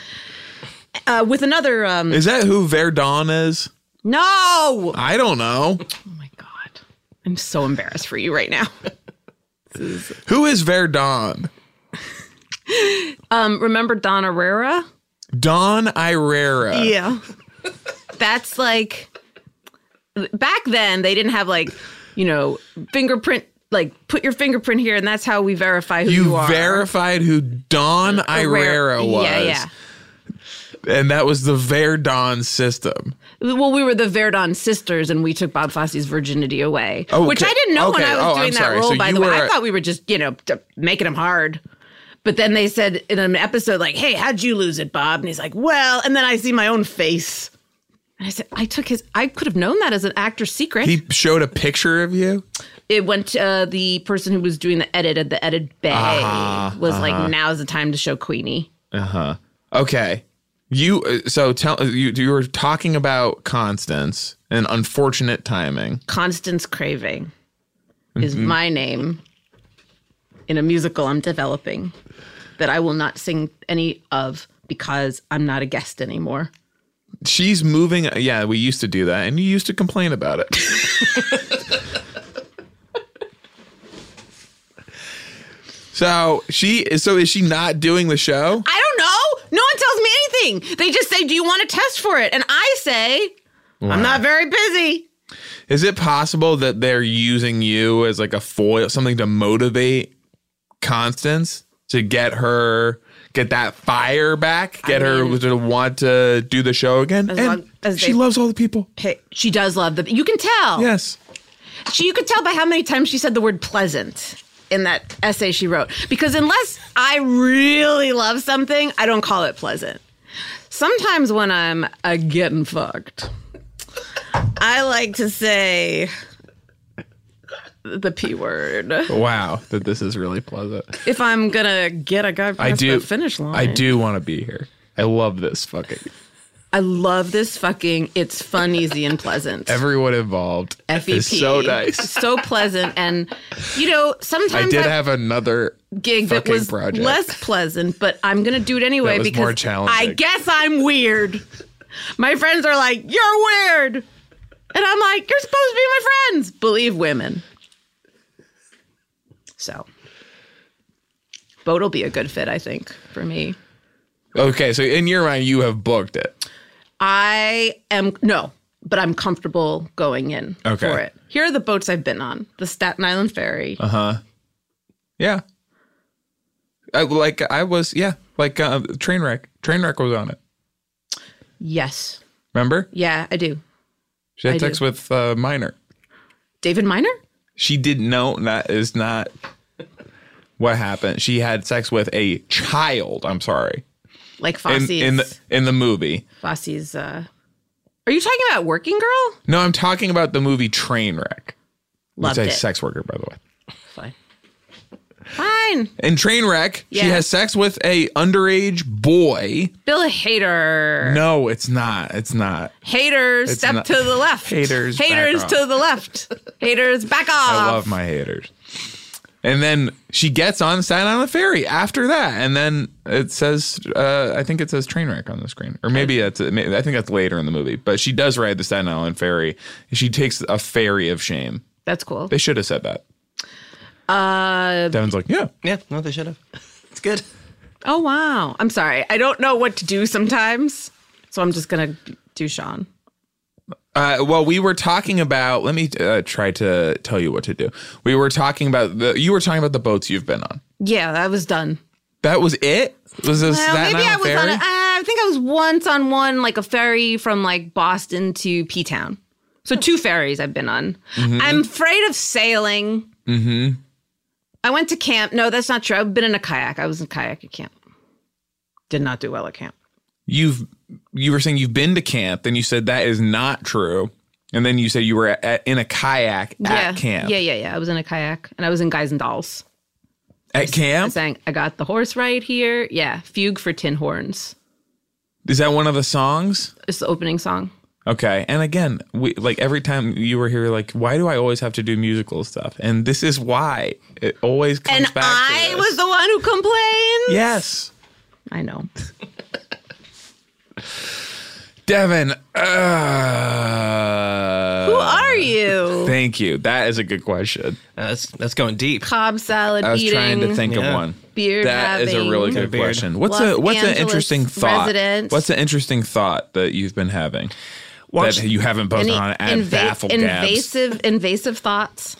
Uh, with another um, Is that who Verdon is? no, I don't know. oh my god, I'm so embarrassed for you right now. Who is Verdon? Um, remember Don Herrera? Don Irera. Yeah. That's like back then they didn't have like, you know, fingerprint like put your fingerprint here and that's how we verify who you, You, are. verified who Don Irera was. Yeah, yeah. And that was the Verdon system. Well, we were the Verdon sisters and we took Bob Fosse's virginity away. Oh, Which okay. I didn't know when Okay. I Oh, was I'm doing that sorry. role, So by you the way. were I a- thought we were just, you know, t- making him hard. But then they said in an episode, like, hey, how'd you lose it, Bob? And he's like, well, and then I see my own face. And I said, I took his, I could have known that as an actor's secret. He showed a picture of you. it went to uh, the person who was doing the edit at the edit bay Uh-huh. was like now's the time to show queenie Okay. You uh, so tell you you were talking about Constance and unfortunate timing. constance craving is my name in a musical i'm developing that i will not sing any of because i'm not a guest anymore She's moving. uh, Yeah, we used to do that, and you used to complain about it. So she is. So is she not doing the show? I don't know. No one tells me anything. They just say, "Do you want to test for it?" And I say, Wow. "I'm not very busy." Is it possible that they're using you as like a foil, something to motivate Constance to get her, get that fire back, get her to want to do the show again? As And long as she they- Oh. loves all the people. Hey, she does love them. You can tell. Yes. She, you could tell by how many times she said the word pleasant in that essay she wrote. Because unless I really love something, I don't call it pleasant. Sometimes when I'm uh, getting fucked, I like to say the P word. Wow, that this is really pleasant. If I'm gonna get a guy past I do the finish line, I do want to be here. I love this fucking I love this fucking. It's fun, easy, and pleasant. everyone involved. FEP. is so nice. so pleasant, and you know I sometimes did that have another gig that fucking was project. less pleasant, but I'm gonna do it anyway That was because more challenging. I guess I'm weird. My friends are like, "You're weird," and I'm like, "You're supposed to be my friends." Believe women. So, boat will be a good fit, I think, for me. Okay, so in your mind, you have booked it. I am no, but I'm comfortable going in Okay. for it. Here are the boats I've been on: the Staten Island Ferry. Uh huh. Yeah. I, like I was, yeah, like uh, Trainwreck. Trainwreck was on it. Yes, Remember? yeah, I do. She had I sex do. with uh, Minor. David Miner. She didn't know that is not what happened. She had sex with a child. I'm sorry. like In, Fosse's. in the in the movie. Fosse's. Uh, are you talking about Working Girl? No, I'm talking about the movie Trainwreck. Loved it's a it. sex worker, by the way. Fine. Fine. In Trainwreck, Yeah. she has sex with a underage boy. Bill Hader. No, it's not. It's not. Haters, It's step not- to the left. Haters, back Haters off. to the left. Haters, back off. I love my haters. And then she gets on Staten Island Ferry after that, and then it says, uh, I think it says train wreck on the screen, or maybe that's maybe, I think that's later in the movie. But she does ride the Staten Island Ferry. She takes a ferry of shame. That's cool. They should have said that. Uh, Devin's like, yeah, Yeah, no, they should have. It's good. oh, wow. I'm sorry. I don't know what to do sometimes. So I'm just going to do Sean. Uh, well, we were talking about. Let me uh, try to tell you what to do. We were talking about the. You were talking about the boats you've been on. Yeah, I was done. That was it. Was this Well, Staten maybe I Island was Ferry? on. A, uh, I think I was once on one like a ferry from like Boston to P Town. So two ferries I've been on. Mhm. I'm afraid of sailing. mm-hmm. I went to camp. No, that's not true. I've been in a kayak. I was in kayak at camp. Did not do well at camp. You've you were saying you've been to camp, then you said that is not true, and then you said you were at, in a kayak yeah. at camp. Yeah, yeah, yeah. I was in a kayak and I was in Guys and Dolls. At camp Saying I got the horse right here. Yeah, fugue for tin horns. is that one of the songs? It's the opening song. Okay, and again, we like every time you were here, like why do I always have to do musical stuff? And this is why it always comes and back. I to this. was the one who complained. Yes. I know. Devin. Uh, Who are you? Thank you. That is a good question. Uh, that's that's going deep. Cobb salad I was eating. trying to think of one. Beard That is having. a really good Beard. question. What's Los a what's an Angeles interesting thought? resident. What's an interesting thought that you've been having Watch- that you haven't buzzed Any on at inva- Baffle Gabs? invasive, invasive thoughts.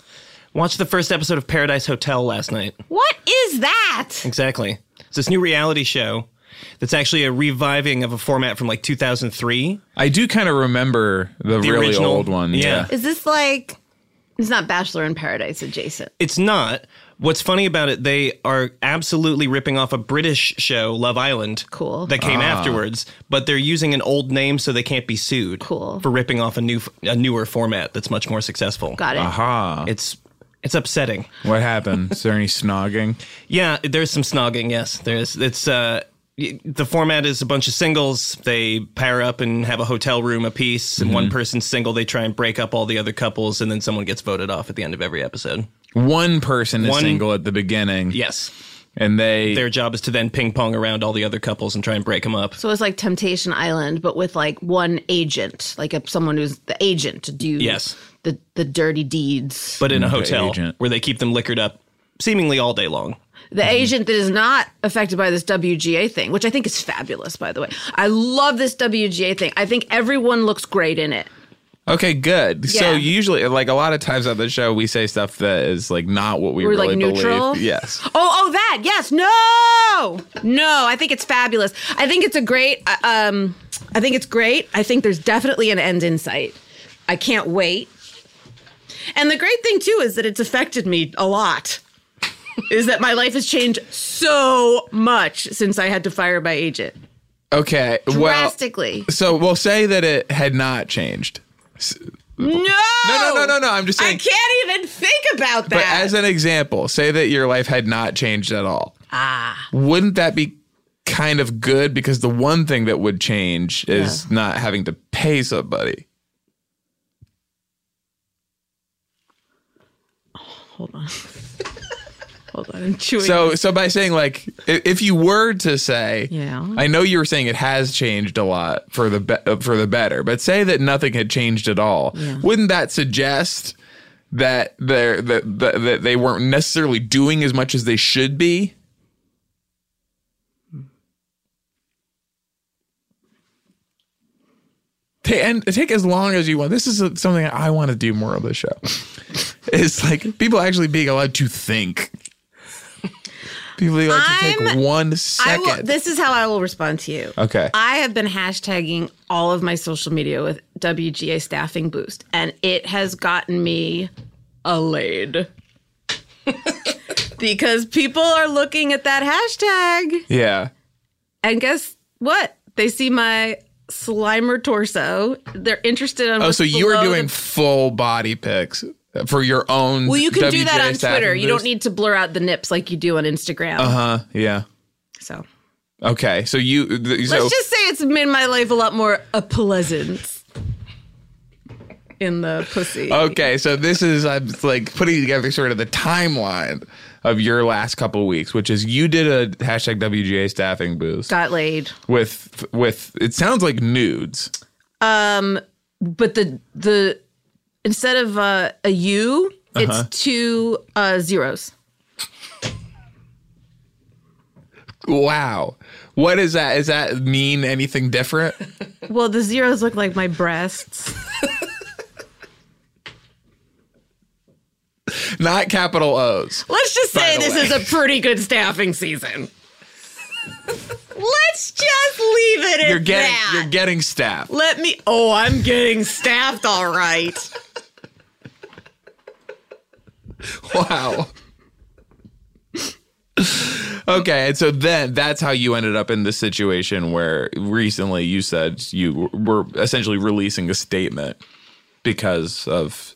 Watched the first episode of Paradise Hotel last night. What is that? Exactly. It's this new reality show that's actually a reviving of a format from like 2003. I do kind of remember the, really original- old one. yeah. Is this like? It's not Bachelor in Paradise adjacent. It's not. What's funny about it, they are absolutely ripping off a British show, Love Island. Cool. That came Ah. afterwards, but they're using an old name so they can't be sued. Cool. For ripping off a new a newer format that's much more successful. Got it. Aha. It's it's upsetting. What happened? is there any snogging? Yeah, there's some snogging. Yes, there's. It's uh, y- the format is a bunch of singles. They pair up and have a hotel room apiece, and one Mhm. person's single. They try and break up all the other couples, and then someone gets voted off at the end of every episode. One person is One- single at the beginning. Yes, and they their job is to then ping pong around all the other couples and try and break them up. So it's like Temptation Island, but with like one agent, like a, someone who's the agent to do Yes. the the dirty deeds. But in a The hotel agent. where they keep them liquored up, seemingly all day long. the agent that is not affected by this WGA thing, which I think is fabulous, by the way. I love this WGA thing. I think everyone looks great in it. Okay, good. So Yeah. usually, like a lot of times on the show, we say stuff that is like not what we We're, like, really believe. neutral? Yes. Oh, oh, that. Yes. No. No. I think it's fabulous. I think it's a great. uh, Um, I think it's great. I think there's definitely an end in sight. I can't wait. And the great thing too is that it's affected me a lot. is that my life has changed so much since I had to fire my agent Okay. Well. drastically. So we'll say that it had not changed. S- no. No, no, no, no, no. I'm just I saying. can't even think about But that. as an example, say that your life had not changed at all. ah. Wouldn't that be kind of good? Because the one thing that would change is not having to pay somebody. Hold on. Hold on. I'm chewing. So, so by saying like, i- if you were to say, Yeah. I know you were saying it has changed a lot for the be- uh, for the better, but say that nothing had changed at all. Yeah. Wouldn't that suggest that they're that, that, that they weren't necessarily doing as much as they should be? Ta- and take as long as you want. This is a, something I want to do more of the show. it's like people actually being allowed to think. People being allowed to take I'm- one I second. will, this is how I will respond to you. Okay. I have been hashtagging all of my social media with WGA staffing boost, and it has gotten me allayed. because people are looking at that hashtag, yeah. and guess what? They see my Slimer torso. They're interested in. Oh, what's so you were below doing the- full body pics for your own. well, you can do that WGA on staffing Twitter. You don't boost? need to blur out the nips like you do on Instagram. Uh huh. Yeah. So Okay. So you. Th- so Let's just say it's made my life a lot more a pleasant in the pussy. Okay, so this is I'm like putting together sort of the timeline of your last couple weeks, which is you did a hashtag WGA staffing boost Got laid. with with it sounds like nudes. Um, but the the instead of uh, a U, Uh-huh. it's two uh, zeros. Wow, what is that? Does that mean anything different? Well, the zeros look like my breasts. Not capital O's. Let's just By say the this way. is a pretty good staffing season. Let's just leave it at You're getting that. you're getting staffed. Let me. Oh, I'm getting staffed all right. Wow. okay, and so then that's how you ended up in this situation where recently you said you were essentially releasing a statement because of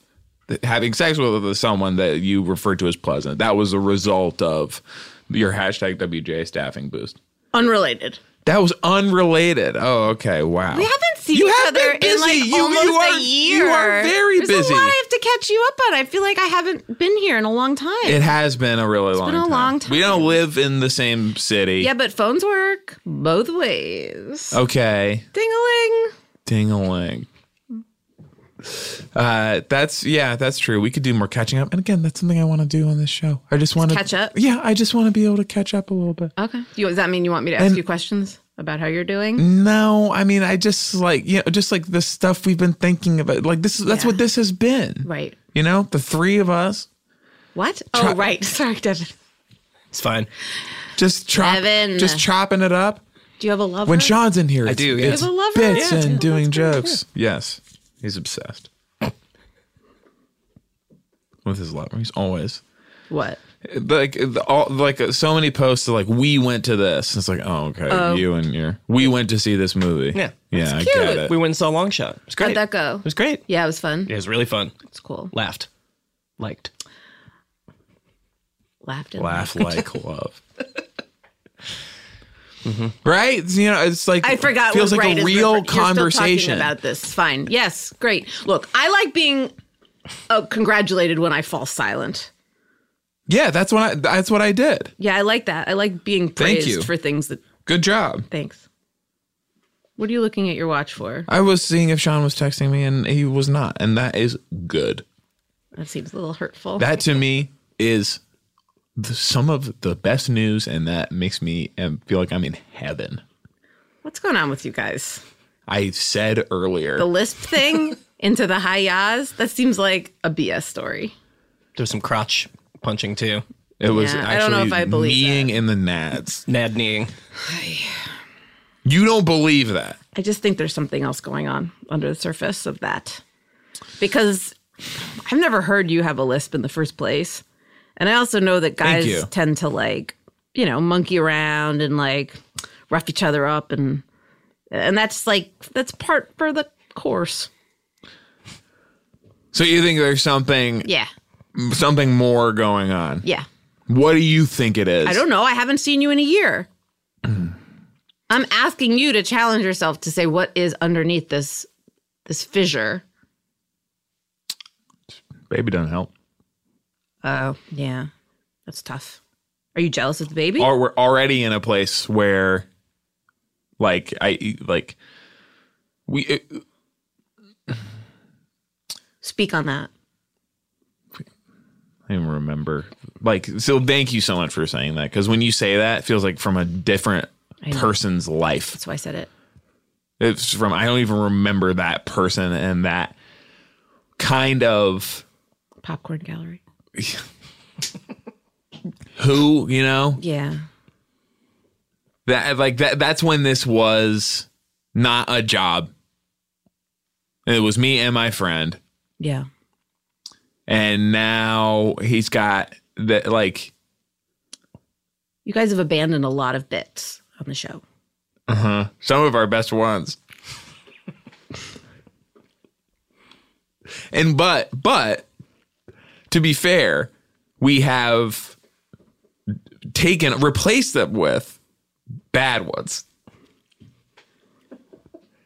having sex with someone that you referred to as pleasant. That was a result of your hashtag WJ staffing boost. Unrelated. That was unrelated. Oh, okay. Wow. We haven't seen You each have other been in like busy. You- you almost are- a year. you are very There's busy. a lot I have to catch you up on. I feel like I haven't been here in a long time. It has been a really long, been a time. long time. We don't live in the same city. Yeah, but phones work both ways. Okay. Ding a ling. Ding a ling. Uh, that's yeah, that's true. We could do more catching up, and again, that's something I want to do on this show. I just want to Catch up. Yeah, I just want to be able to catch up a little bit. Okay. You, does that mean you want me to ask And- Mm. you questions about how you're doing? No, I mean, I just like you know, just like the stuff we've been thinking about. Like this, is that's Yeah. what this has been. Right. You know, the three of us What? Oh, Try- right. Sorry, Devin. It's fine. just chop, Evan. just chopping it up. Do you have a lover? When Sean's in here, I it's- do, yeah. It's You have a lover? bits Yeah, and yeah, doing that's pretty jokes. Yes, he's obsessed with his lover. He's always. What? like the, all like uh, so many posts are like we went to this. It's like oh okay, Oh. you and your we went to see this movie. Yeah. yeah, I cute. get it. We went and saw Long Shot. It was great. How'd that go? It was great. Yeah, it was fun. It was really fun. It's cool. Laughed. Liked. Laughed. and Laugh laughed. like love. Right, you know, it's like Mm-hmm. I forgot. Feels what like right a is real refer- you're still talking conversation. about this. Fine. Yes. Great. Look, I like being uh, congratulated when I fall silent. yeah, that's what I, that's what I did. Yeah, I like that. I like being Thank praised you. for things that. Good job. Thanks. What are you looking at your watch for? I was seeing if Sean was texting me, and he was not, and that is good. That seems a little hurtful. That to me is the, some of the best news, and that makes me um, feel like I'm in heaven. What's going on with you guys? I said earlier The lisp thing into the high yas? That seems like a BS story. There's some crotch punching too. It was Yeah, actually I don't know if I believe kneeing in the nads. Nad kneeing. You don't believe that. I just think there's something else going on under the surface of that. Because I've never heard you have a lisp in the first place. And I also know that Thank guys you. tend to like, you know, monkey around and like rough each other up and and that's like that's part for the course. So you think there's something Yeah. something more going on. Yeah. What do you think it is? I don't know. I haven't seen you in a year. I'm asking you to challenge yourself to say what is underneath this this fissure. Baby doesn't help. Oh, yeah. That's tough. Are you jealous of the baby? Or we're already in a place where like I like we it, Speak on that. I don't remember. Like, so thank you so much for saying that. Because when you say that, it feels like from a different know. person's life. That's why I said it. It's from, I don't even remember that person and that kind of Popcorn gallery. who, you know? Yeah. That, like, that, that's when this was not a job. It was me and my friend. Yeah. And now he's got that, like, You guys have abandoned a lot of bits on the show. uh huh, some of our best ones. And but but to be fair, we have taken replaced them with bad ones.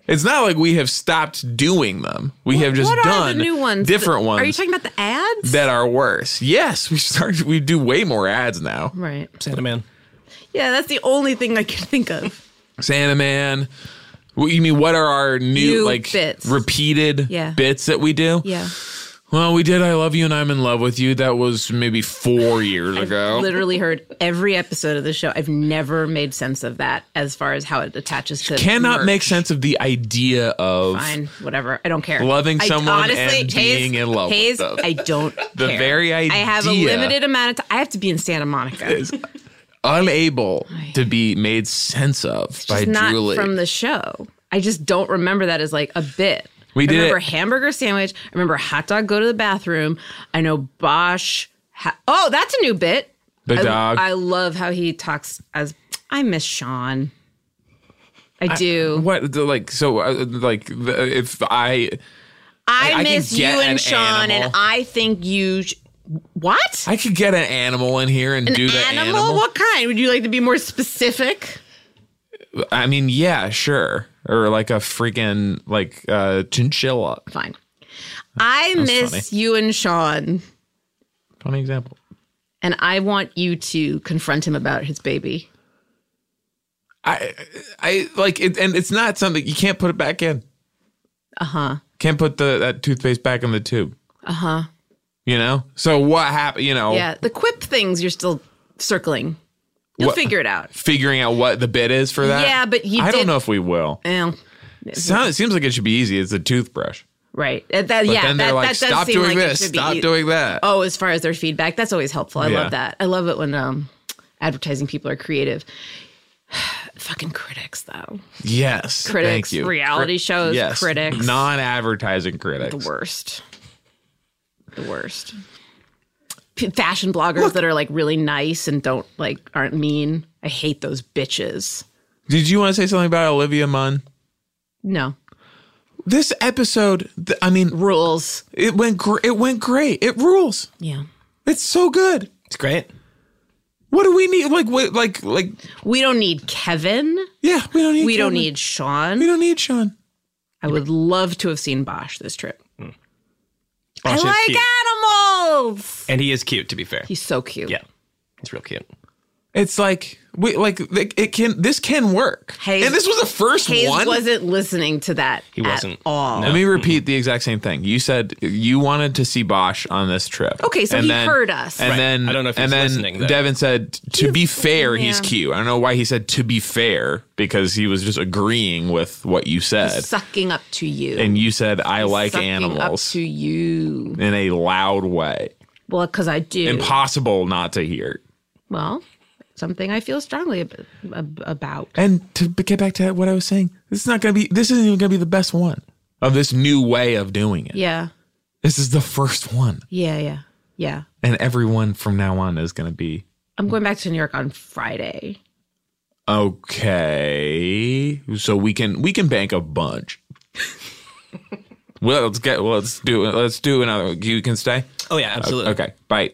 It's not like we have stopped doing them. We have just what are done the new ones? different Th- ones Are you talking about the ads? that are worse. Yes, we start we do way more ads now. Right. Santa Man. Yeah, that's the only thing I can think of. Santa Man. What you mean what are our new, New like bits. repeated Yeah. bits that we do? Yeah. Well, we did I Love You and I'm in Love with You. That was maybe four years ago. Literally heard every episode of the show. I've never made sense of that as far as how it attaches to Cannot merch. make sense of the idea of fine, whatever. I don't care. Loving I- someone and Hayes- being in love with Hayes, them. I don't. The care. very I have a idea- limited amount of time. I have to be in Santa Monica. It's unable to be made sense of by just not Julie. from the show. I just don't remember that as like a bit. We I did remember it- hamburger sandwich. I remember hot dog go to the bathroom. I know Bosch. Ha- oh, that's a new bit. The I, dog. I love how he talks as I miss Sean. I do. what the, like so uh, like the, if I I, I can miss you get and an Sean, animal. and I think you. Sh- what? I could get an animal in here and An do the animal? animal. What kind? Would you like to be more specific? I mean, yeah, sure. Or like a freaking like uh chinchilla. Fine. I That's miss funny. you and Sean, Funny example. and I want you to confront him about his baby. I I like it and it's not something you can't put it back in. Uh huh. Can't put the that toothpaste back in the tube. Uh huh. You know? So what happened you know Yeah. The quip things you're still circling. You'll What- figure it out. figuring out what the bit is for that? Yeah, but you I did- don't know if we will. Eh, Sound, it seems like it should be easy. It's a toothbrush. right. That, that- But yeah. then they're that, like, that does "Stop seem doing like it this, should be stop e- doing that. Oh, as far as their feedback, that's always helpful. I Yeah. love that. I love it when um, advertising people are creative. Fucking critics, though. Yes. Critics, thank you. reality shows, yes. critics. Non-advertising critics. The worst. The worst. P- fashion bloggers that are like really nice and don't like aren't mean. I hate those bitches. Did you want to say something about Olivia Munn? No. This episode, th- I mean, rules. It went gr- it went great. It rules. Yeah. It's so good. It's great. What do we need? Like what like like We don't need Kevin. Yeah, we don't need We don't Kevin. need Sean. We don't need Sean. I would love to have seen Bosch this trip. Bosch is I cute. like animals. And he is cute, to be fair. He's so cute. Yeah. He's real cute. It's like we like it it can this can work. Hayes, and this was the first Hayes one. wasn't listening to that. He at wasn't. all. Let me repeat the exact same thing. You said you wanted to see Bosch on this trip. Okay, so and he then, heard us. And Right. then I don't know if and he's then listening, though. Devin said, "To be fair, he's yeah. cute." I don't know why he said "to be fair" because he was just agreeing with what you said. sucking up to you. And you said, "I like sucking animals." up to you. in a loud way. Well, because I do. Impossible not to hear. Well, something I feel strongly ab- ab- about. And to b- get back to what I was saying, this is not going to be. This isn't even going to be the best one of this new way of doing it. Yeah, This is the first one, yeah, yeah, yeah. and everyone from now on is going to be I'm going back to New York on Friday. okay. So we can we can bank a bunch. well, let's get. Well, let's do. Let's do another. You can stay. Oh yeah, absolutely. Okay, bye.